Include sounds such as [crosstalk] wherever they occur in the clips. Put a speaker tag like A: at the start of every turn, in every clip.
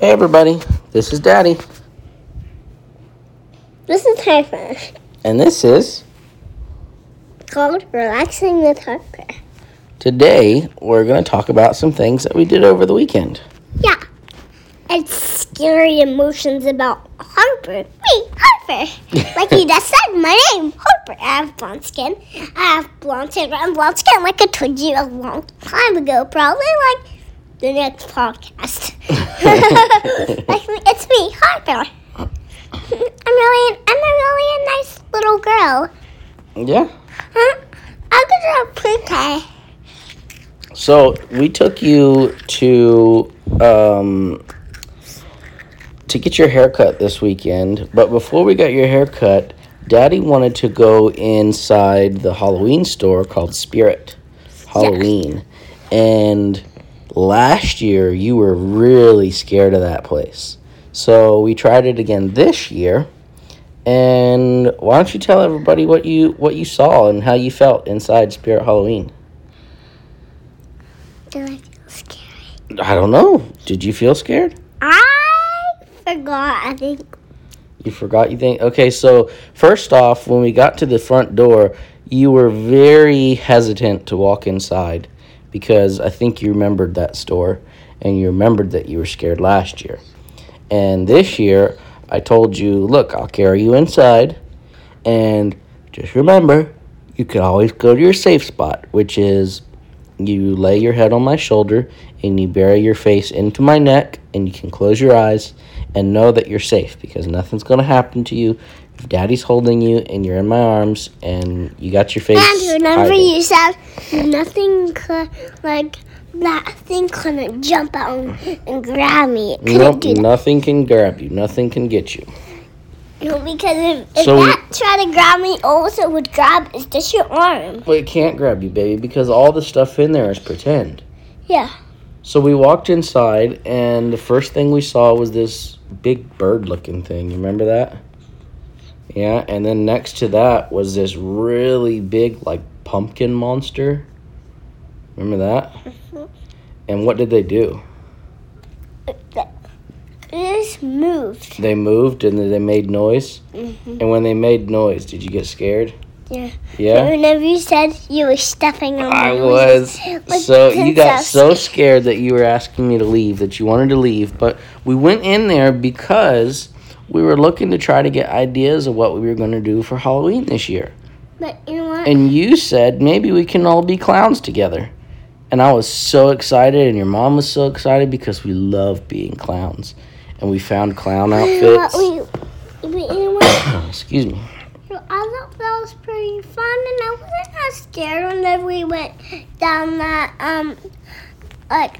A: Hey, everybody, this is Daddy,
B: This is Harper.
A: and this is.
B: Called Relaxing with Harper.
A: Today, we're going to talk about some things that we did over the weekend.
B: Yeah. It's scary emotions about Harper. Me, [laughs] Harper. like you just said, my name, Harper. I have blonde skin. I have blonde hair and blonde skin, like I told you a long time ago, probably like the next [laughs] podcast. like me, it's me, Harper. [laughs] I'm really, I'm a really a nice little girl.
A: Yeah.
B: Huh? I could do pre-K.
A: So, we took you to. Um, to get your haircut this weekend, but before we got your haircut, Daddy wanted to go inside the Halloween store called Spirit Halloween. And last year you were really scared of that place. So we tried it again this year. And why don't you tell everybody what you what you saw and how you felt inside Spirit Halloween?
B: Do I feel scary?
A: I don't know. Did you feel scared?
B: I forgot. I think
A: You forgot you think okay, so first off, when we got to the front door, you were very hesitant to walk inside because I think you remembered that store and you remembered that you were scared last year. And this year I told you, look, I'll carry you inside and just remember you can always go to your safe spot, which is you lay your head on my shoulder and you bury your face into my neck and you can close your eyes and know that you're safe because nothing's going to happen to you if daddy's holding you and you're in my arms and you got your face
B: And remember,
A: hiding.
B: you said nothing could like that thing couldn't jump out and, and grab me. It couldn't
A: Nope,
B: do that.
A: nothing can grab you nothing can get you
B: No, because if, if
A: So-
B: that tried to grab me, all it would grab is just your arm.
A: but it can't grab you baby because all the stuff in there is pretend
B: Yeah.
A: So we walked inside, and the first thing we saw was this big bird looking thing. You remember that? Yeah, and then next to that was this really big, like, pumpkin monster. Remember that?
B: Mm-hmm.
A: And what did they do?
B: It just moved.
A: They moved and then they made noise.
B: Mm-hmm.
A: And when they made noise, did you get scared?
B: Yeah.
A: Yeah?
B: Whenever you said you were stepping on
A: I
B: my
A: was.
B: nose
A: So
B: with
A: you got
B: princess.
A: so scared that you were asking me to leave, that you wanted to leave. But we went in there because we were looking to try to get ideas of what we were going to do for Halloween this year.
B: But you know what?
A: And you said maybe we can all be clowns together. And I was so excited, and your mom was so excited because we love being clowns. And we found clown
B: You know what?
A: outfits.
B: We, we, you know what?
A: [coughs] Excuse me.
B: So I thought that was pretty fun, and I wasn't as scared whenever we went down that um like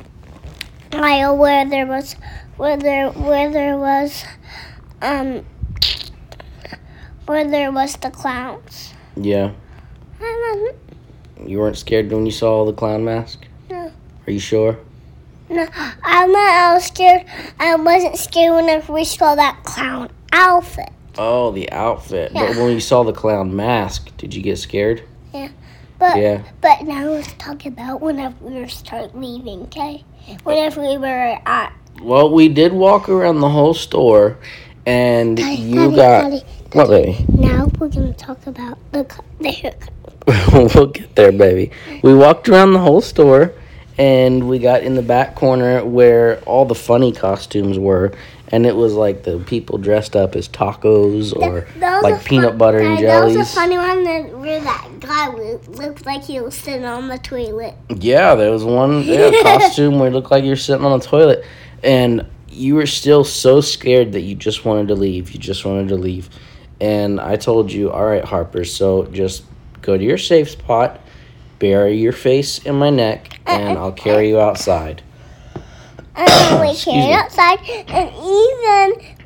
B: aisle where there was where there where there was um where there was the clowns.
A: Yeah.
B: I wasn't.
A: You weren't scared when you saw the clown mask?
B: No.
A: Are you sure?
B: No, I meant I was scared. I wasn't scared whenever we saw that clown outfit.
A: Oh, the outfit. But
B: Yeah.
A: when you saw the clown mask, did you get scared?
B: But
A: Yeah.
B: but now let's talk about whenever we were start leaving, okay? Whenever we were at
A: Well, we did walk around the whole store, and
B: Daddy,
A: you
B: Daddy,
A: got. [laughs]
B: Daddy,
A: What, baby?
B: Now we're gonna talk about the co- the haircut.
A: we'll get there, baby. We walked around the whole store, and we got in the back corner where all the funny costumes were, and it was like the people dressed up as tacos or
B: That was a
A: like
B: fun-
A: peanut butter and
B: Daddy, that
A: jellies.
B: was a funny one that where that guy wa- looked like he was sitting on the toilet. [coughs]
A: Yeah, there was one yeah, costume where it looked like you're sitting on a toilet, and you were still so scared that you just wanted to leave. You just wanted to leave, and I told you, "All right, Harper, so just go to your safe spot, bury your face in my neck, and I'll carry you outside."
B: And then we
A: Excuse
B: carried
A: me.
B: outside, and even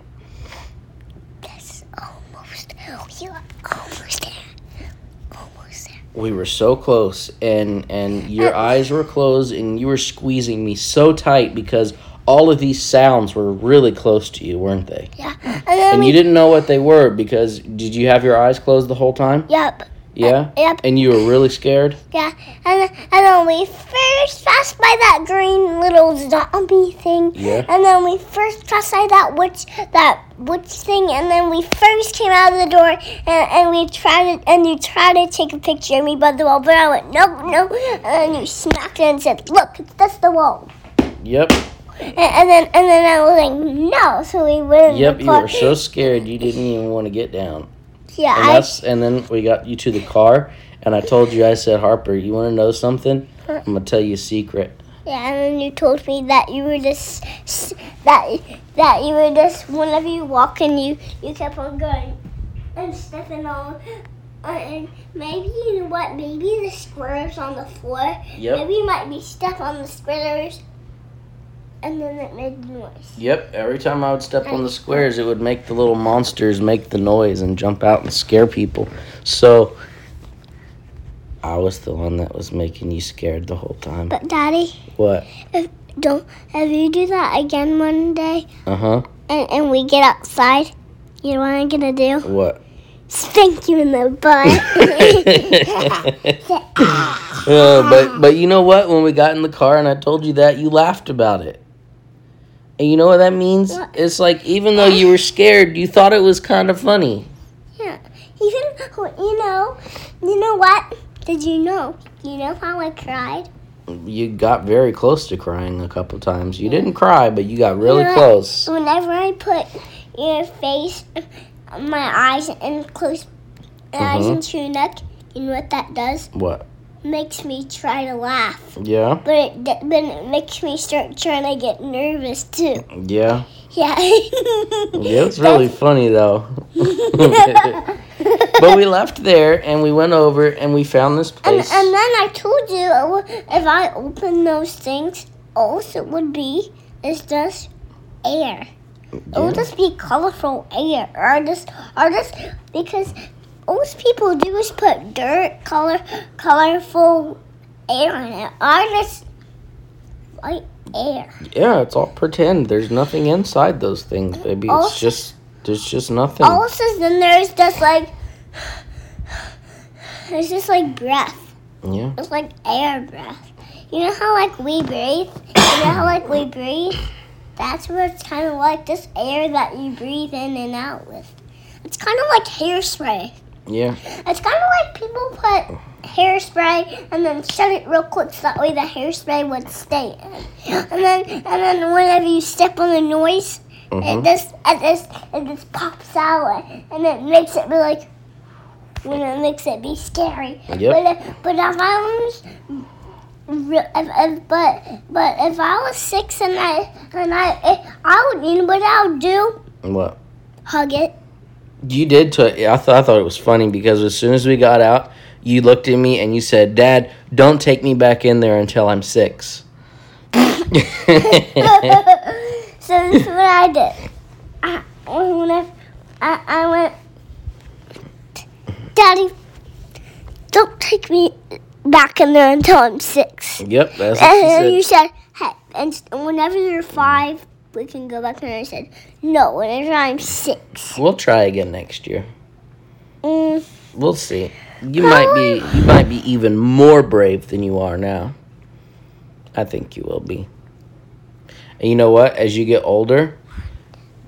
B: that's almost we were almost there, almost there.
A: We were so close, and and your eyes were closed, and you were squeezing me so tight because all of these sounds were really close to you, weren't they?
B: Yeah, and then
A: And
B: we
A: you didn't know what they were because did you have your eyes closed the whole time?
B: yep.
A: Yeah?
B: Yep.
A: And you were really scared?
B: Yeah, and, and then we first passed by that green little zombie thing.
A: Yeah.
B: And then we first passed by that witch, that witch thing, and then we first came out of the door, and, and we tried to, and you tried to take a picture of me by the wall, but I went no, no, and then you smacked it and said, "Look, it's that's the wall."
A: Yep.
B: And, and then and then I was like, "No," so we went. in
A: Yep,
B: the
A: you
B: car.
A: were so scared you didn't even want to get down.
B: Yeah,
A: And
B: I,
A: that's and then we got you to the car and I told you I said, Harper, you wanna know something? I'm gonna tell you a secret.
B: yeah, and then you told me that you were just s- that that you were just whenever you walk and you you kept on going and stepping on. uh, And maybe you know what? Maybe the squirrels on the floor.
A: Yep.
B: Maybe you might be stuck on the squirrels, and then it made noise.
A: Yep, every time I would step on the squares, it would make the little monsters make the noise and jump out and scare people. So I was the one that was making you scared the whole time.
B: But Daddy,
A: What?
B: don't if you do that again one day,
A: Uh huh.
B: and, and we get outside, you know what I'm gonna do?
A: What?
B: Spank you in the
A: [laughs]
B: [laughs] "Ah, butt.
A: Uh, but but you know what? When we got in the car and I told you that, you laughed about it. And you know what that means?
B: What?
A: It's like even though
B: [laughs]
A: you were scared, you thought it was kind of funny.
B: Yeah, even oh, you know, you know what? Did you know? You know how I cried?
A: You got very close to crying a couple times. You didn't cry, but you got really
B: Yeah. [laughs]
A: close.
B: Whenever I put your face, my eyes, and close eyes
A: Mhm.
B: into your neck, you know what that does?
A: What?
B: Makes me try to laugh,
A: Yeah.
B: but it d- but it makes me start trying to get nervous too. [laughs]
A: Yeah.
B: Yeah.
A: Yeah, it's
B: [laughs]
A: really [laughs] funny though. but
B: but
A: we left there and we went over and we found this
B: And,
A: place.
B: and then I told you I would- if I open those things, all it would be is just air. It would
A: Yeah.
B: just be colorful air, or just, or just because most people do is put dirt, color, colorful air in it, or just white air.
A: Yeah, it's all pretend. There's nothing inside those things, baby. It's
B: Also-
A: just there's just nothing.
B: Also, then there's just like there's just like breath.
A: Yeah.
B: It's like air breath. You know how like we breathe? You know how like we breathe? That's where it's kind of like this air that you breathe in and out with. It's kind of like hairspray.
A: Yeah.
B: It's kind of like people put hairspray and then shut it real quick so that way the hairspray would stay in. And then and then whenever you step on the noise,
A: Mhm.
B: it just it just it just pops out and it makes it be like when it makes it be scary.
A: Yep.
B: But if, but if I was re- if, if, but but if I was six and I and I eh, I would you know what I would do?
A: What?
B: Hug it.
A: You did. T- I thought I thought it was funny because as soon as we got out, you looked at me and you said, "Dad, don't take me back in there until I'm
B: [laughs]
A: six. [laughs]
B: so this is what I did. I, when I, I, I went, Daddy, don't take me back in there until I'm six.
A: yep. That's
B: And then
A: what
B: you
A: she said.
B: said, hey, and s- whenever you're five, we can go back in there. I said, no, whenever I'm six.
A: We'll try again next year.
B: Mm,
A: We'll see. You might be. You might be even more brave than you are now. I think you will be. And you know what? As you get older,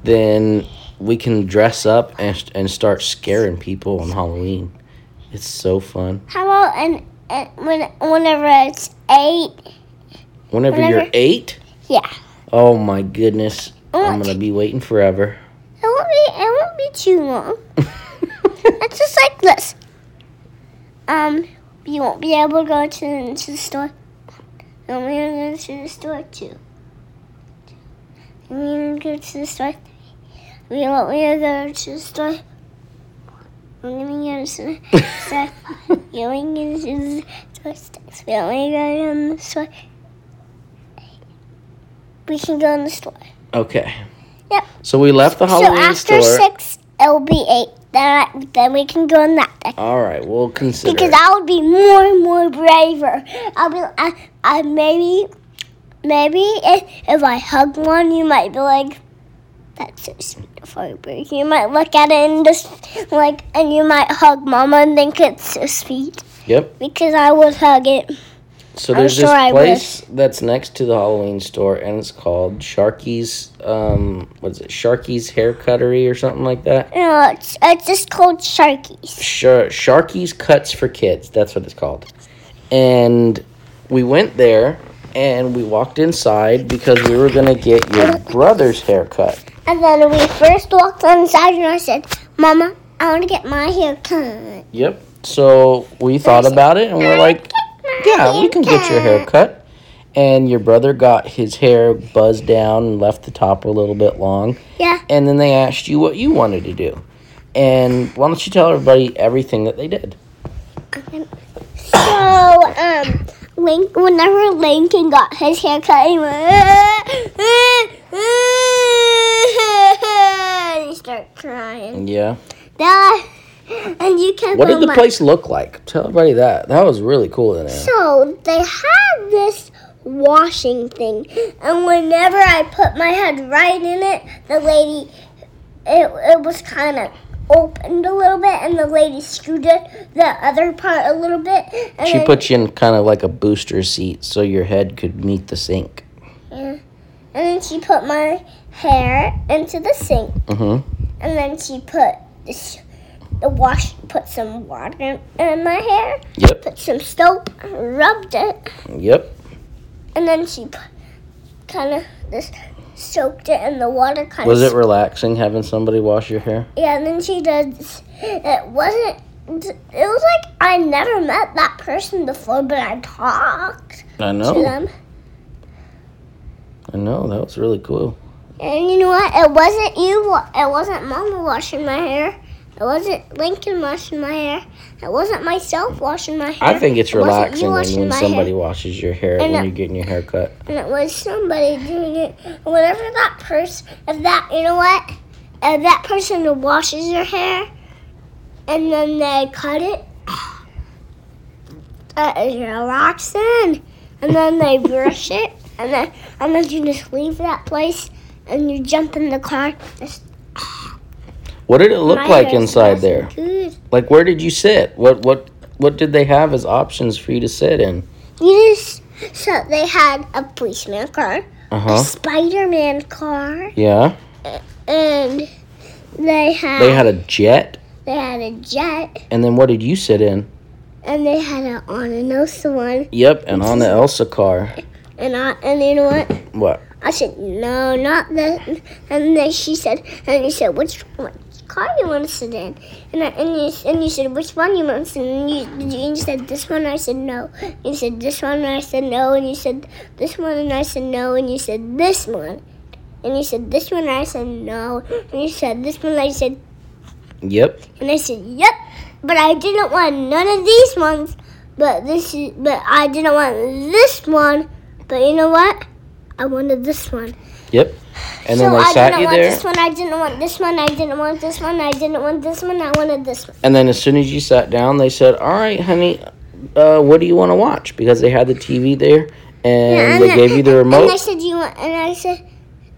A: then we can dress up and and start scaring people on Halloween. It's so fun.
B: how about and, and when whenever it's eight?
A: Whenever, you're
B: Whenever-
A: eight.
B: Yeah.
A: Oh my goodness! I'm
B: What?
A: gonna be waiting forever.
B: [laughs] It won't be. It won't be too long. It's just like this. Um, you won't be able to go to, to the store. You won't be able to go to the store too. You won't be able to go to the store. We won't be able to go to the store. We won't be able to go to the
A: [laughs]
B: store. You won't be able to go to the store. We won't be able to go to the store. We can go in the store.
A: okay.
B: Yep.
A: So we left the Halloween
B: so after
A: store.
B: six, it'll be eight. Then, I, then we can go in that deck.
A: All right, we'll consider.
B: Because
A: it.
B: I would be more and more braver. I'll be, I, I maybe, maybe if, if I hug one, you might be like, That's so sweet of Harper. You might look at it and just like, and you might hug Mama and think it's so sweet
A: Yep.
B: because I would hug it.
A: So
B: I'm
A: there's
B: sure
A: this
B: I
A: place that's next to the Halloween store, and it's called Sharky's. Um, what's it? Sharky's Hair Cuttery or something like that.
B: No, it's, it's just called Sharkies.
A: Shar Sharky's Cuts for Kids. That's what it's called. And we went there, and we walked inside because we were gonna get your brother's haircut.
B: And then we first walked inside and I said, Mama, I want to get my hair cut.
A: Yep. So we thought about it, and we're like, yeah, we can get your hair cut. And your brother got his hair buzzed down and left the top a little bit long.
B: Yeah.
A: And then they asked you what you wanted to do. And why don't you tell everybody everything that they did?
B: So, um, Link, whenever Lincoln got his hair cut, he went, [laughs] and he started crying.
A: Yeah.
B: That, and you can
A: What did the place look like? Tell everybody that. That was really cool in there.
B: So they had this washing thing, and whenever I put my head right in it, the lady, it, it was kind of opened a little bit, and the lady screwed it the other part a little bit. And
A: She
B: then-
A: put you in kind of like a booster seat so your head could meet the sink.
B: and then she put my hair into the sink,
A: Mm hmm.
B: and then she put this, the wash, put some water in my hair,
A: Yep.
B: put some soap, rubbed it,
A: Yep.
B: And then she kind of just soaked it in the water. Kind
A: Was it relaxing having somebody wash your hair?
B: Yeah. And then she does. It wasn't. It was like I never met that person before, but I talked
A: I
B: to
A: know.
B: them.
A: I know. That was really cool.
B: And you know what? It wasn't you. wa- It wasn't Mama washing my hair. It wasn't Lincoln washing my hair. It wasn't myself washing my hair.
A: I think it's
B: It wasn't
A: relaxing
B: you
A: when,
B: washing
A: when
B: my
A: somebody
B: hair.
A: washes your hair
B: And
A: when
B: it-
A: you're getting your hair cut.
B: and it was somebody doing it. Whenever that person, if that, you know what, if that person washes their hair and then they cut it, [sighs] that is relaxing. And then they brush it, and then and then you just leave that place and you jump in the car. It's-
A: What did it look
B: my
A: like
B: hair
A: inside
B: smells
A: there?
B: Good.
A: Like where did you sit? What what what did they have as options for you to sit in?
B: You just so they had a policeman car,
A: Uh
B: a
A: huh.
B: Spider-Man car,
A: Yeah.
B: and they had
A: They had a jet,
B: They had a jet,
A: and then what did you sit in?
B: and they had an Ononosa one,
A: Yep, and on the Elsa car.
B: and I and you know what?
A: What?
B: I said no, not the. And then she said, and you said which which car you want to sit in, and I, and you and you said which one you want to sit in, and you, and you said this one, and I said no, and you said this one, and I said no, and you said this one, and I said no, and you said this one, and you said this one, and I said no, and you said this one, and I said
A: Yep.
B: And I said, "Yep," but I didn't want none of these ones. But this is, but I didn't want this one. But you know what? I wanted this one.
A: Yep. And then
B: so
A: they
B: I
A: sat
B: didn't
A: you
B: want
A: there,
B: this one. I didn't want this one. I didn't want this one. I didn't want this one. I wanted this one.
A: and then as soon as you sat down, they said, "All right, honey, uh, what do you want to watch?" Because they had the TV there, and they gave you the
B: And I
A: remote.
B: said, "You want?" And I said,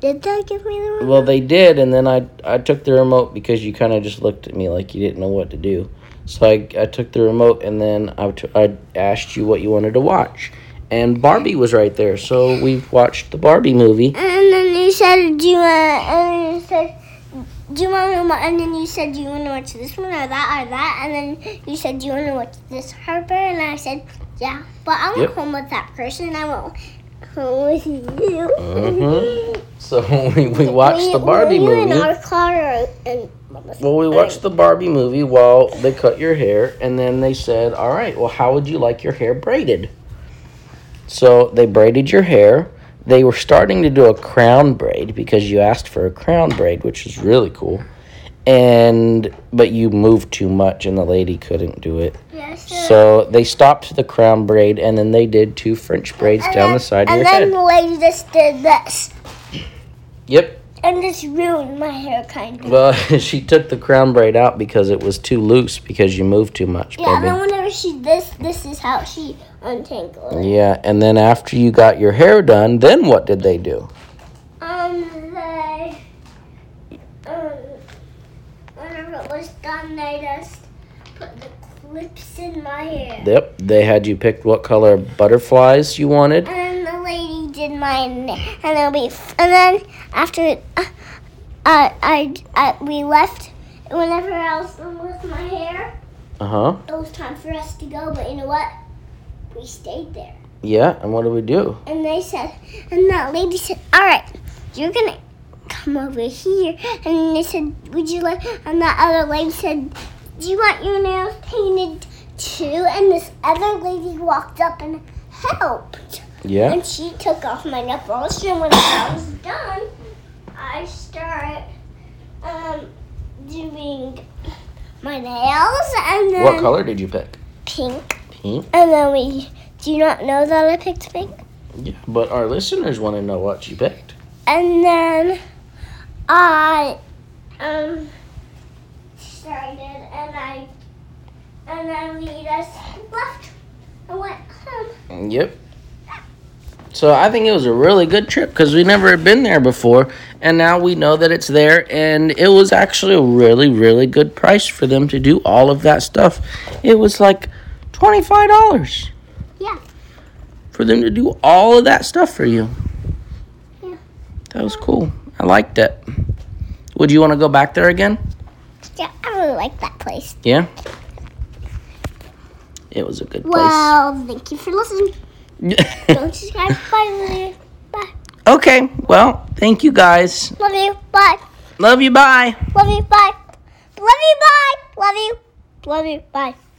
B: "Did they give me the remote?"
A: Well, they did, and then I I took the remote because you kind of just looked at me like you didn't know what to do. So I, I took the remote and then I, t- I asked you what you wanted to watch. And Barbie was right there, so we watched the Barbie movie.
B: And then you said, "Do you want?" And you said, "Do you want to?" wa- And then you said, "Do you want to watch this one or that or that?" And then you said, "Do you want to watch this Harper?" And I said, "Yeah." But I went
A: Yep.
B: home with that person. and I went home with you.
A: Mhm.
B: [laughs]
A: So [laughs] we, we watched the Barbie
B: were you
A: movie.
B: in our car or in Mama's?
A: Well, we watched the Barbie movie while they cut your hair, and then they said, "All right, well, how would you like your hair braided?" So they braided your hair. They were starting to do a crown braid because you asked for a crown braid, which is really cool. And but you moved too much, and the lady couldn't do it.
B: Yes.
A: So they stopped the crown braid, and then they did two French braids
B: And
A: down
B: then-
A: the side of
B: And
A: your
B: then
A: head.
B: the lady just did this
A: Yep.
B: and just ruined my hair, kind of.
A: Well, [laughs] she took the crown braid out because it was too loose because you moved too much,
B: yeah. And
A: baby.
B: then whenever she this, this is how she untangled. it.
A: Yeah, and then after you got your hair done, then what did they do?
B: Um, they um, whenever it was done, they just put the clips in my hair.
A: Yep, they had you pick what color butterflies you wanted.
B: And the lady did mine, and then we, and then after, it, uh, uh, I, I, we left. Whenever I was done with my hair,
A: Uh huh.
B: it was time for us to go. But you know what? We stayed there.
A: Yeah, and what do we do?
B: And they said, and that lady said, all right, you're gonna come over here. And they said, would you like? And that other lady said, do you want your nails painted too? And this other lady walked up and helped.
A: Yeah.
B: And she took off my nail polish, and when I was done, I start um, doing my nails, and then
A: What color did you pick?
B: pink.
A: Pink.
B: And then we. Do you not know that I picked pink?
A: Yeah, but our listeners want to know what you picked.
B: And then I um started and I and then we just left and went um, home.
A: Yep. So I think it was a really good trip because we never had been there before, and now we know that it's there, and it was actually a really, really good price for them to do all of that stuff. It was like twenty five dollars.
B: Yeah.
A: For them to do all of that stuff for you.
B: Yeah.
A: That was cool. I liked it. Would you want to go back there again?
B: Yeah, I really like that place.
A: Yeah. It was a good [laughs]
B: Well, thank you for listening.
A: place.
B: [laughs] Don't subscribe. Bye, later. Bye.
A: okay. Well, thank you guys.
B: Love you. Bye.
A: Love you. Bye.
B: Love you. Bye. Love you. Bye. Love you. Love you. Bye.